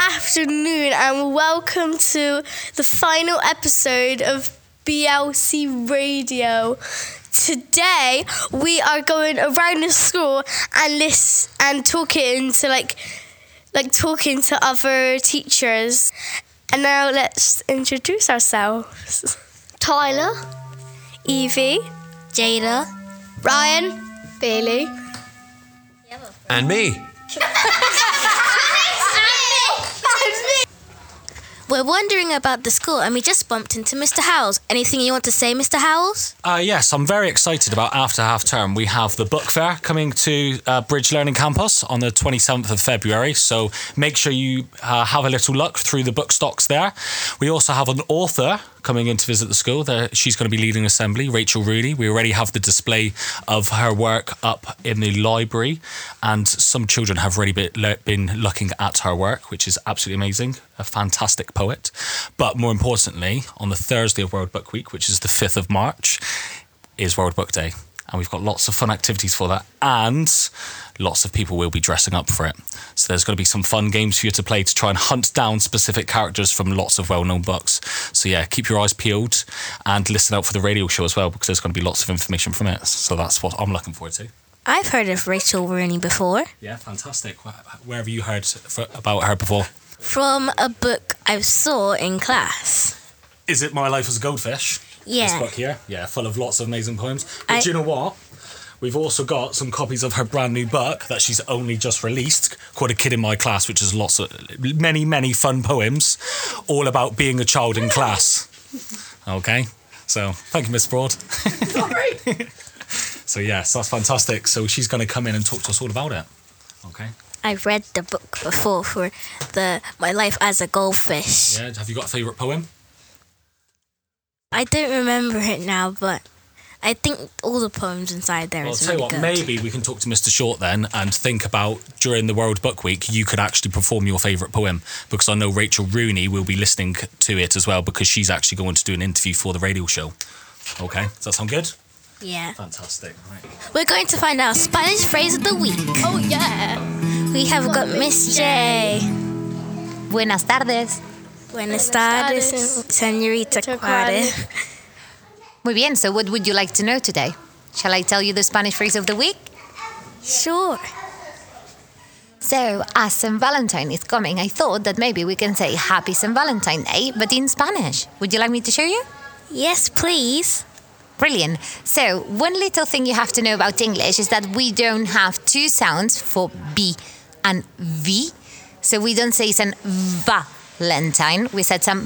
afternoon and welcome to the final episode of BLC Radio. Today we are going around the school and list and talking to like like talking to other teachers. And now let's introduce ourselves. Tyler, Evie, Jada, Ryan, Bailey. And me. We're wondering about the school and we just bumped into Mr. Howells. Anything you want to say, Mr. Howells? Uh, yes, I'm very excited about after half term. We have the book fair coming to uh, Bridge Learning Campus on the 27th of February. So make sure you uh, have a little look through the book stocks there. We also have an author coming in to visit the school. There, she's going to be leading assembly, Rachel Rooney. We already have the display of her work up in the library, and some children have already been, le- been looking at her work, which is absolutely amazing. A fantastic poet. But more importantly, on the Thursday of World Book Week, which is the 5th of March, is World Book Day. And we've got lots of fun activities for that, and lots of people will be dressing up for it. So there's going to be some fun games for you to play to try and hunt down specific characters from lots of well-known books. So yeah, keep your eyes peeled and listen out for the radio show as well because there's going to be lots of information from it. So that's what I'm looking forward to. I've heard of Rachel Rooney before Yeah, fantastic. Wh- Where have you heard for, about her before? from a book I saw in class. Is it My Life as a Goldfish? This Yeah. book here, yeah, full of lots of amazing poems. But I- do you know what? We've also got some copies of her brand new book that she's only just released, called "A Kid in My Class," which is lots of many, many fun poems, all about being a child in class. Okay, so thank you, Miss Broad. so yes, that's fantastic. So she's going to come in and talk to us all about it. Okay. I read the book before for the My Life as a Goldfish. Yeah. Have you got a favourite poem? I don't remember it now, but I think all the poems inside there Well, I'll is tell you really what, good. maybe we can talk to Mr. Short then and think about during the World Book Week, you could actually perform your favourite poem because I know Rachel Rooney will be listening to it as well because she's actually going to do an interview for the radio show. Okay, does that sound good? Yeah. Fantastic. Right. We're going to find our Spanish phrase of the week. Oh yeah. We have got Miss J. Buenas tardes. Buenas tardes, señorita Juárez. Muy bien, so what would you like to know today? Shall I tell you the Spanish phrase of the week? Sure. So, as St. Valentine is coming, I thought that maybe we can say Happy St. Valentine Day, but in Spanish. Would you like me to show you? Yes, please. Brilliant. So, one little thing you have to know about English is that we don't have two sounds for B and V. So, we don't say St. Valentine, we said St.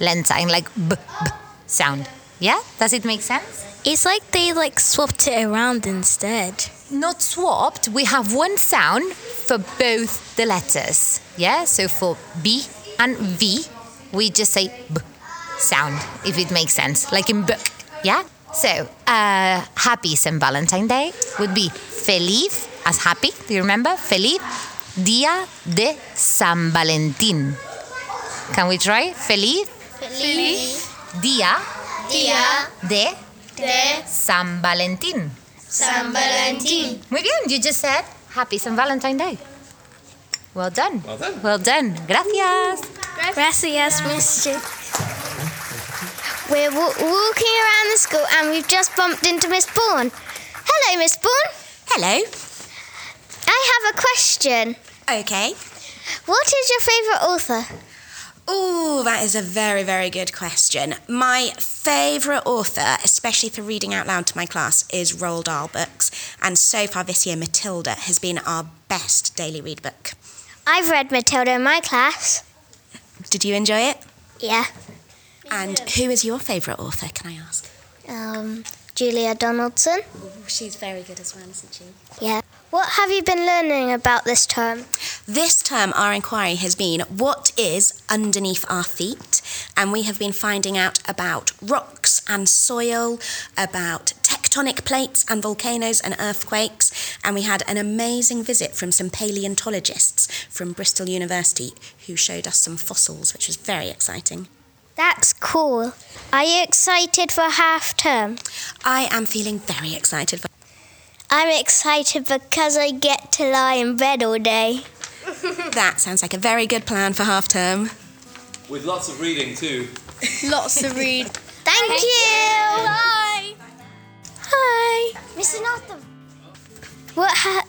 Valentine, like B, B sound. Yeah? Does it make sense? It's like they like swapped it around instead. not swapped, we have one sound for both the letters. Yeah, so for B and V, we just say B sound, if it makes sense, like in book. Yeah? So, uh, happy St. Valentine Day would be feliz, as happy, do you remember? Feliz Dia de San Valentín. Can we try? Feliz Lily, Dia Dia, de De, San Valentín. San Valentin. Muy bien, you just said happy St. Valentine Day. Well done. Well done. Well done. Gracias. Gracias, Miss J. We're w- walking around the school and we've just bumped into Miss Bourne. Hello, Miss Bourne. Hello. I have a question. Okay. What is your favourite author? Oh, that is a very, very good question. My favourite author, especially for reading out loud to my class, is Roald Dahl books. And so far this year, Matilda has been our best daily read book. I've read Matilda in my class. Did you enjoy it? Yeah. And who is your favourite author, can I ask? Um, Julia Donaldson. She's very good as well, isn't she? Yeah. What have you been learning about this term? Um, This term, our inquiry has been what is underneath our feet? And we have been finding out about rocks and soil, about tectonic plates and volcanoes and earthquakes. And we had an amazing visit from some paleontologists from Bristol University who showed us some fossils, which was very exciting. That's cool. Are you excited for half term? I am feeling very excited. I'm excited because I get to lie in bed all day. That sounds like a very good plan for half term. With lots of reading too. Lots to read. Thank, you. Bye. Hi. Mr. Northam. What ha-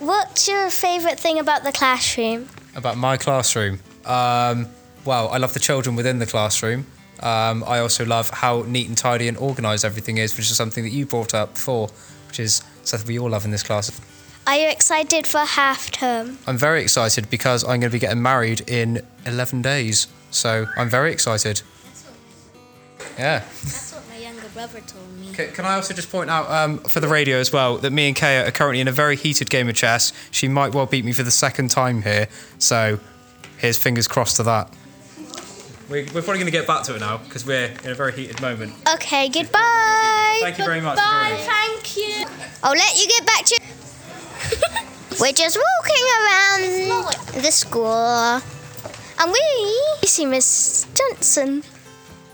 what's your favourite thing about the classroom? about my classroom. Um, well, I love the children within the classroom. Um, I also love how neat and tidy and organised everything is, which is something that you brought up before, which is something we all love in this class. Are you excited for half term? I'm very excited because I'm going to be getting married in 11 days, so I'm very excited. Yeah. That's what my younger brother told me. Can, can I also just point out um, for the radio as well that me and Kaya are currently in a very heated game of chess. She might well beat me for the second time here, so here's fingers crossed to that. We're, we're probably going to get back to it now because we're in a very heated moment. Okay, goodbye. Thank you very much. for Bye. joining. Thank you. I'll let you get back to. We're just walking around the school, and we see Miss Johnson.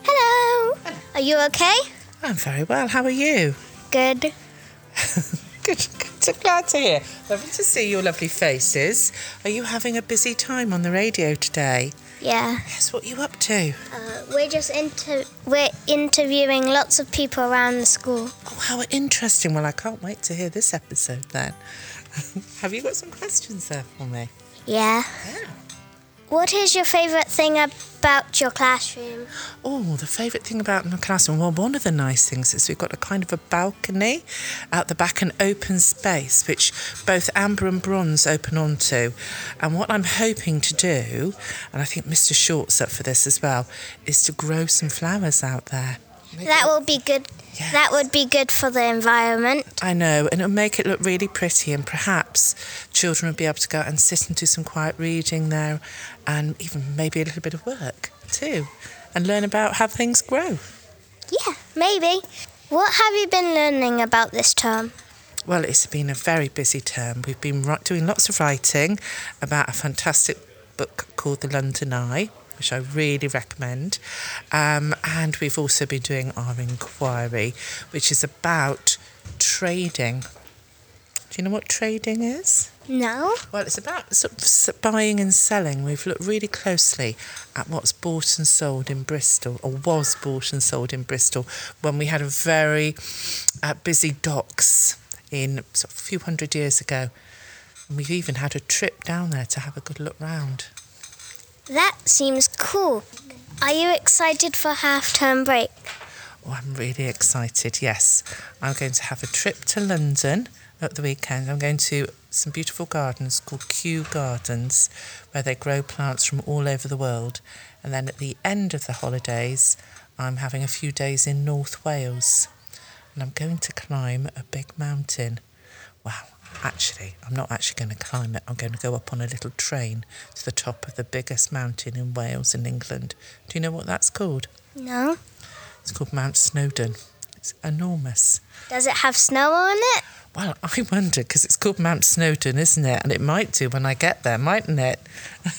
Hello. Are you okay? I'm very well. How are you? Good. Good. Good. I'm glad to hear. Lovely to see your lovely faces. Are you having a busy time on the radio today? Yeah. Yes. What are you up to? Uh, we're just inter- we're interviewing lots of people around the school. Oh, how interesting. Well, I can't wait to hear this episode then. Have you got some questions there for me? Yeah. What is your favourite thing about your classroom? Oh, the favourite thing about my classroom. Well, one of the nice things is we've got a kind of a balcony out the back and open space, which both amber and bronze open onto. And what I'm hoping to do, and I think Mr. Short's up for this as well, is to grow some flowers out there. That will be good. That would be good for the environment. I know, and it'll make it look really pretty, and perhaps children will be able to go out and sit and do some quiet reading there, and even maybe a little bit of work too, and learn about how things grow. Yeah, maybe. What have you been learning about this term? Well, it's been a very busy term. We've been wri- doing lots of writing about a fantastic book called The London Eye, which I really recommend. Um, and we've also been doing our inquiry, which is about trading. Do you know what trading is? No. Well, it's about sort of s- buying and selling. We've looked really closely at what's bought and sold in Bristol, or was bought and sold in Bristol, when we had a very uh, busy docks in sort of a few hundred years ago. And we've even had a trip down there to have a good look round. That seems cool. Are you excited for half term break? Oh, I'm really excited. Yes, I'm going to have a trip to London at the weekend. I'm going to some beautiful gardens called Kew Gardens, where they grow plants from all over the world. And then at the end of the holidays, I'm having a few days in North Wales, and I'm going to climb a big mountain. Wow. Actually, I'm not actually going to climb it. I'm going to go up on a little train to the top of the biggest mountain in Wales and England. Do you know what that's called? No. It's called Mount Snowdon. It's enormous. Does it have snow on it? Well, I wonder because it's called Mount Snowdon, isn't it? And it might do when I get there, mightn't it?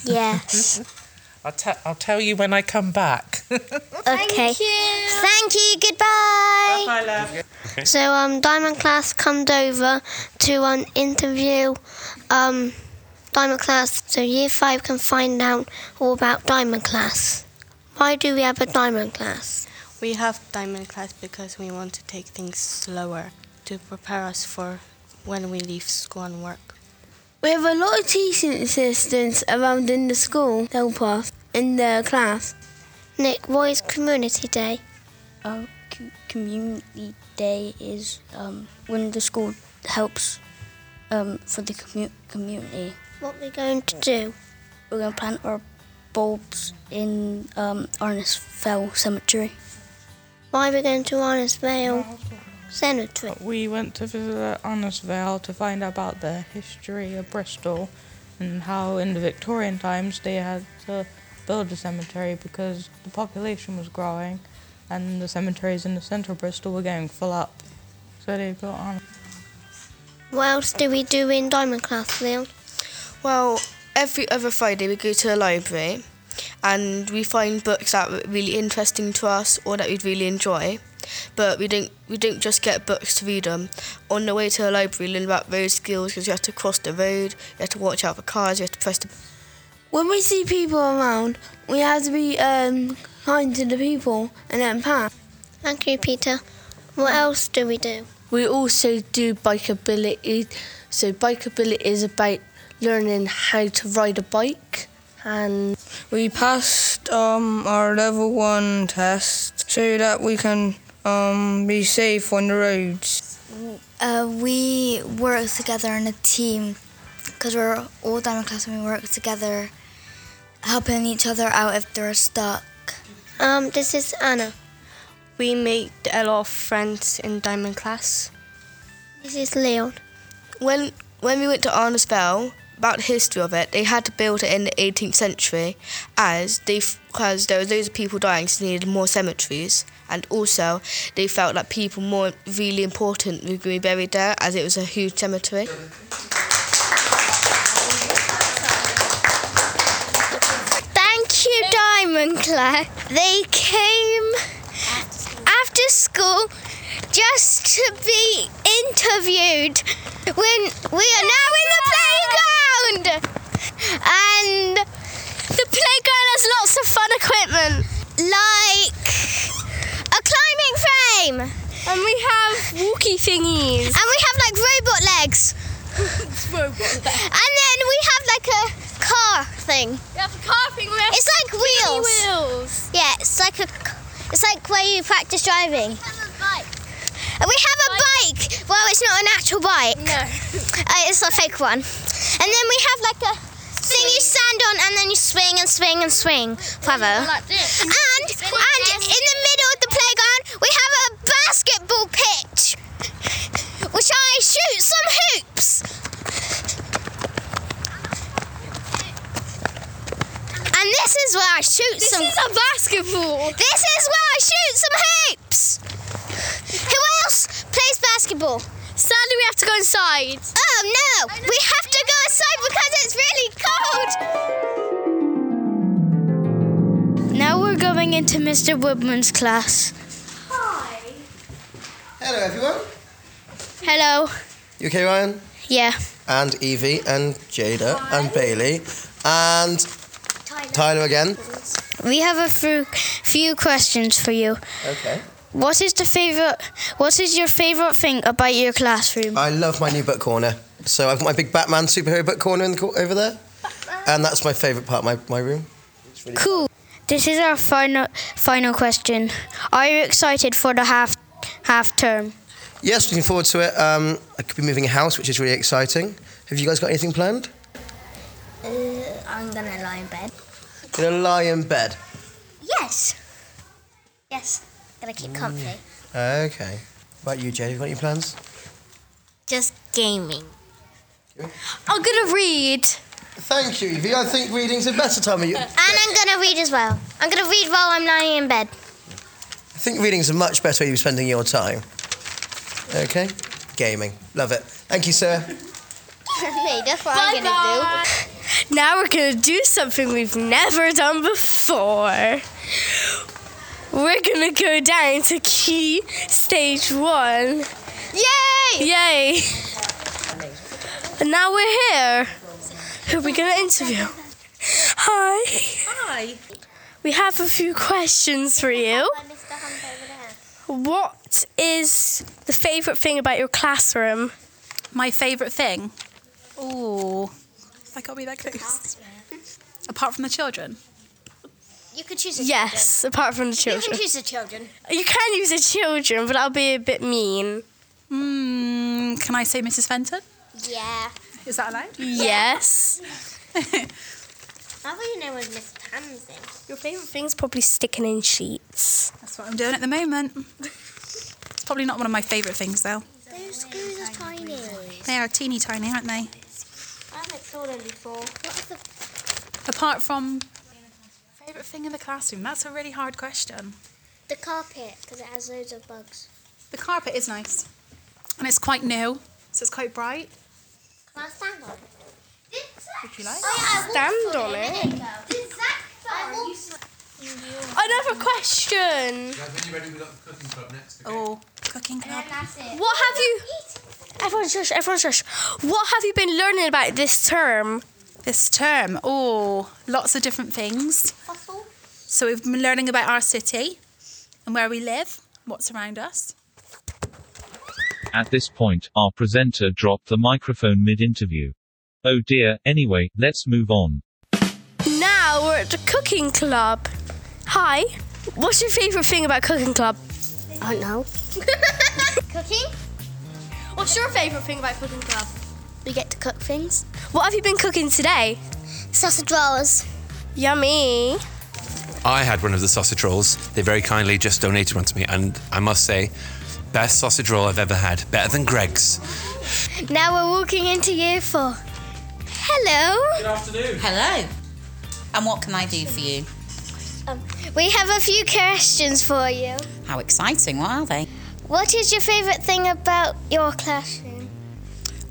Yes. I'll, te- I'll tell you when I come back. okay. Thank you. Goodbye. Bye, love. So um, Diamond Class comes over to um, interview um, Diamond Class so Year 5 can find out all about Diamond Class. Why do we have a Diamond Class? We have diamond class because we want to take things slower to prepare us for when we leave school and work. We have a lot of teaching assistants around in the school to help us in the class. Nick, why is Community Day? Our Oh, community day is um, when the school helps um, for the commu- community. What we're going to do? We're going to plant our bulbs in um, Arnis Fell Cemetery. Why we're going to Honest Vale Cemetery? We went to visit Annesvale to find out about the history of Bristol and how in the Victorian times they had to build a cemetery because the population was growing and the cemeteries in the centre of Bristol were getting full up. So they built on. What else do we do in Diamond Class, Leon? Well, every other Friday we go to the library and we find books that are really interesting to us or that we'd really enjoy. But we don't we don't just get books to read them. On the way to the library, learn about road skills because you have to cross the road, you have to watch out for cars, you have to press the When we see people around, we have to be um, kind to the people and then pass. Thank you, Peter. What else do we do? We also do bikeability. So bikeability is about learning how to ride a bike and We passed um, our level one test so that we can um, be safe on the roads. Uh, we work together in a team because we're all down in class and we work together, helping each other out if they're stuck. Um, this is Anna. We made a lot of friends in Diamond class. This is Leon. When when we went to Arna's Bell, about the history of it, they had to build it in the 18th century, as they because there were loads of people dying, so they needed more cemeteries. And also, they felt that people more really important were going to be buried there, as it was a huge cemetery. Thank you, Diamond Claire. They came after school just to be interviewed when we are now in the playground. And the playground has lots of fun equipment like a climbing frame. And we have walkie thingies. And we have like robot legs. And then we have like a car thing. We have a carping wheel. It's like wheels. wheels. Yeah, it's like a. c- It's like where you practice driving. We have a bike. We have a bike. Well, it's not an actual bike. No. Uh, it's a fake one. And then we have like a thing you stand on, and then you swing and swing and swing forever. Like this. And and in the middle of the playground, we have a basketball pitch, which I shoot some hoops. And this is where I shoot some. This is a basketball. This is where I shoot some hoops. Who else plays basketball? Sadly, we have to go inside. Oh no, we have to go inside because it's really cold. Now we're going into Mr. Woodman's class. Hello, everyone. Hello. You okay, Ryan? Yeah. And Evie and Jada and Bailey and Tyler, again. We have a few, few questions for you. Okay. What is the favorite? What is your favorite thing about your classroom? I love my new book corner. So I've got my big Batman superhero book corner in the cor- over there, and that's my favourite part of my, my room. It's really Cool. This is our final final question. Are you excited for the half half term? Yes, looking forward to it. Um, I could be moving house, which is really exciting. Have you guys got anything planned? Uh, I'm gonna lie in bed. Gonna lie in bed. Yes. Yes. Gonna Mm. keep comfy. Okay. What about you, Jade? Have you got any plans? Just gaming. I'm gonna read. Thank you, Evie. I think reading's a better time of year. And I'm gonna read as well. I'm going to read while I'm lying in bed. I think reading's a much better way of spending your time. Okay? Gaming. Love it. Thank you, sir. hey, that's what I'm gonna do. Now we're gonna do something we've never done before. We're gonna go down to key stage one. Yay! Yay! And now we're here. Who are we gonna interview? Hi. Hi. We have a few questions for you. What is the favourite thing about your classroom? My favourite thing. Oh, I can't be that close. Apart from the children. You could choose. Yes, apart from the children. the children. You can use the children, but that'll be a bit mean. Mm, can I say Mrs. Fenton? Yeah. Is that allowed? Yes. How will you know with Miss Tamsin? Your favourite thing's probably sticking in sheets. That's what I'm doing at the moment. It's probably not one of my favourite things, though. Those screws are tiny. They are teeny tiny, aren't they? I haven't saw them before. What's the Apart from favourite thing in the classroom, that's a really hard question. the carpet? Because it has loads of bugs. The carpet is nice, and it's quite new, so it's quite bright. Can I stand on it? Would you like? Oh, yeah, I walked Stand on it. on a it. minute ago. I walked- Another question. when you're ready, we've got the cooking club next. Oh, cooking club. What have you? Everyone shush! Everyone shush! What have you been learning about this term? This term, oh, lots of different things. So we've been learning about our city and where we live, what's around us. At this point, our presenter dropped the microphone mid interview. Oh dear, anyway, let's move on. Now we're at the cooking club. Hi. What's your favourite thing about cooking club? I don't know. Cooking? What's your favourite thing about cooking club? We get to cook things. What have you been cooking today? Sausage rolls. Yummy. I had one of the sausage rolls. They very kindly just donated one to me, and I must say, best sausage roll I've ever had. Better than Greg's. Now we're walking into year four. Hello. Good afternoon. Hello. And what can I do for you? Um, We have a few questions for you. How exciting, what are they? What is your favourite thing about your classroom?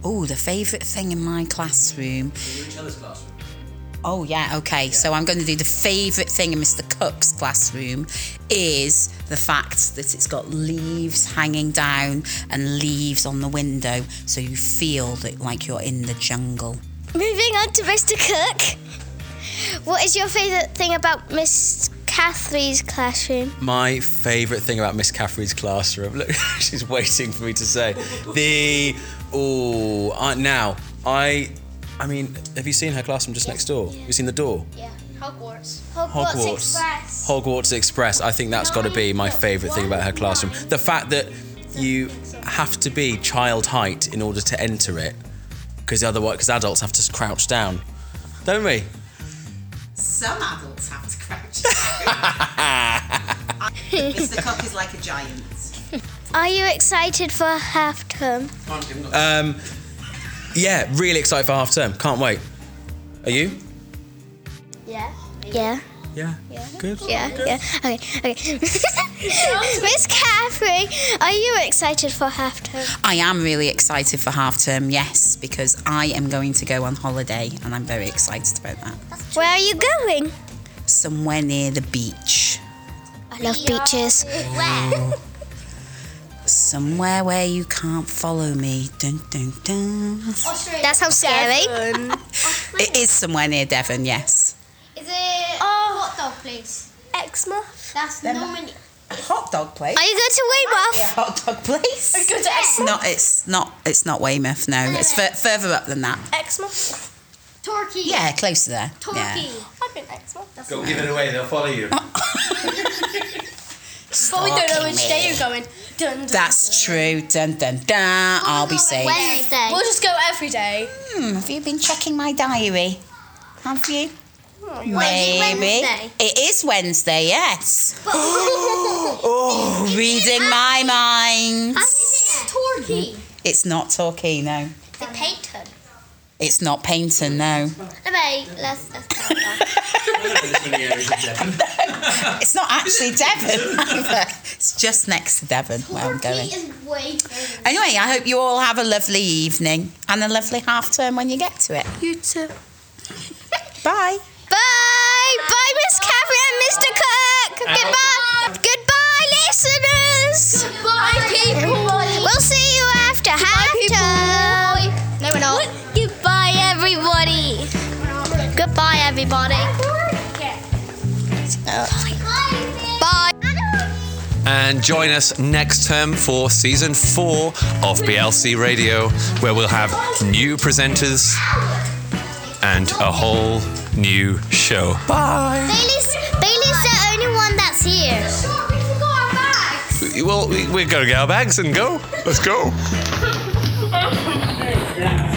Oh, the favourite thing in my classroom. Oh, yeah, okay. So I'm going to do the favourite thing in Mr. Cook's classroom is the fact that it's got leaves hanging down and leaves on the window. So you feel that, like you're in the jungle. Moving on to Mr. Cook. What is your favourite thing about Miss Catherine's classroom? My favourite thing about Miss Caffrey's classroom, look, she's waiting for me to say the. Oh, uh, now I, I mean, have you seen her classroom just next door? Have you seen the door? Yeah, Hogwarts. Hogwarts. Hogwarts, Express. Hogwarts Express. I think that's got to be my favourite thing about her classroom. The fact that you have to be child height in order to enter it, because otherwise, because adults have to crouch down, don't we? Some adults have to crouch down. Mr. Cook is like a giant. Are you excited for half term? Um, yeah, really excited for half term. Can't wait. Are you? Yeah. Yeah. Yeah. Good. Yeah, yeah. Okay, okay. Miss Caffrey, are you excited for half term? I am really excited for half term, yes, because I am going to go on holiday and I'm very excited about that. Where are you going? Somewhere near the beach. I love beaches. Oh. Where? Somewhere where you can't follow me. Dun, dun, dun. That sounds scary. It is somewhere near Devon, yes. Is it oh. hot dog place? Exmouth? That's Them- normally. A hot dog place. Are you going to Weymouth? hot dog place. Are you going to It's Exmouth? not. It's not. It's not Weymouth. No, it's f- further up than that. Exmouth? Torquay. Yeah, closer there. Torquay. Yeah. I've been Exmouth. That's Go give it away, they'll follow you. But we don't know which Stalking day me. you're going. Dun, dun. That's true. Dun dun dun. I'll be safe. We'll just go every day. Hmm, have you been checking my diary? Have you? Maybe Maybe. Wednesday? It is Wednesday, yes. oh, reading my mind. Torquay. Mm-hmm. It's not Torquay, no. The Peyton. It's not Paynton, no. Okay, let's. It's not actually Devon either. It's just next to Devon where I'm going. way Anyway, I hope you all have a lovely evening and a lovely half term when you get to it. You too. Bye. Bye. Bye, Miss Catherine and Mr. Cook. Goodbye. Goodbye, listeners. Goodbye, people. We'll see you after half term. No, we're not. Goodbye, everybody. Goodbye, everybody. Bye. And join us next term for season four of BLC Radio, where we'll have new presenters and a whole new show. Bye. Bailey's, Bailey's the only one that's here. Well, we- we're going to get our bags and go. Let's go. Bye.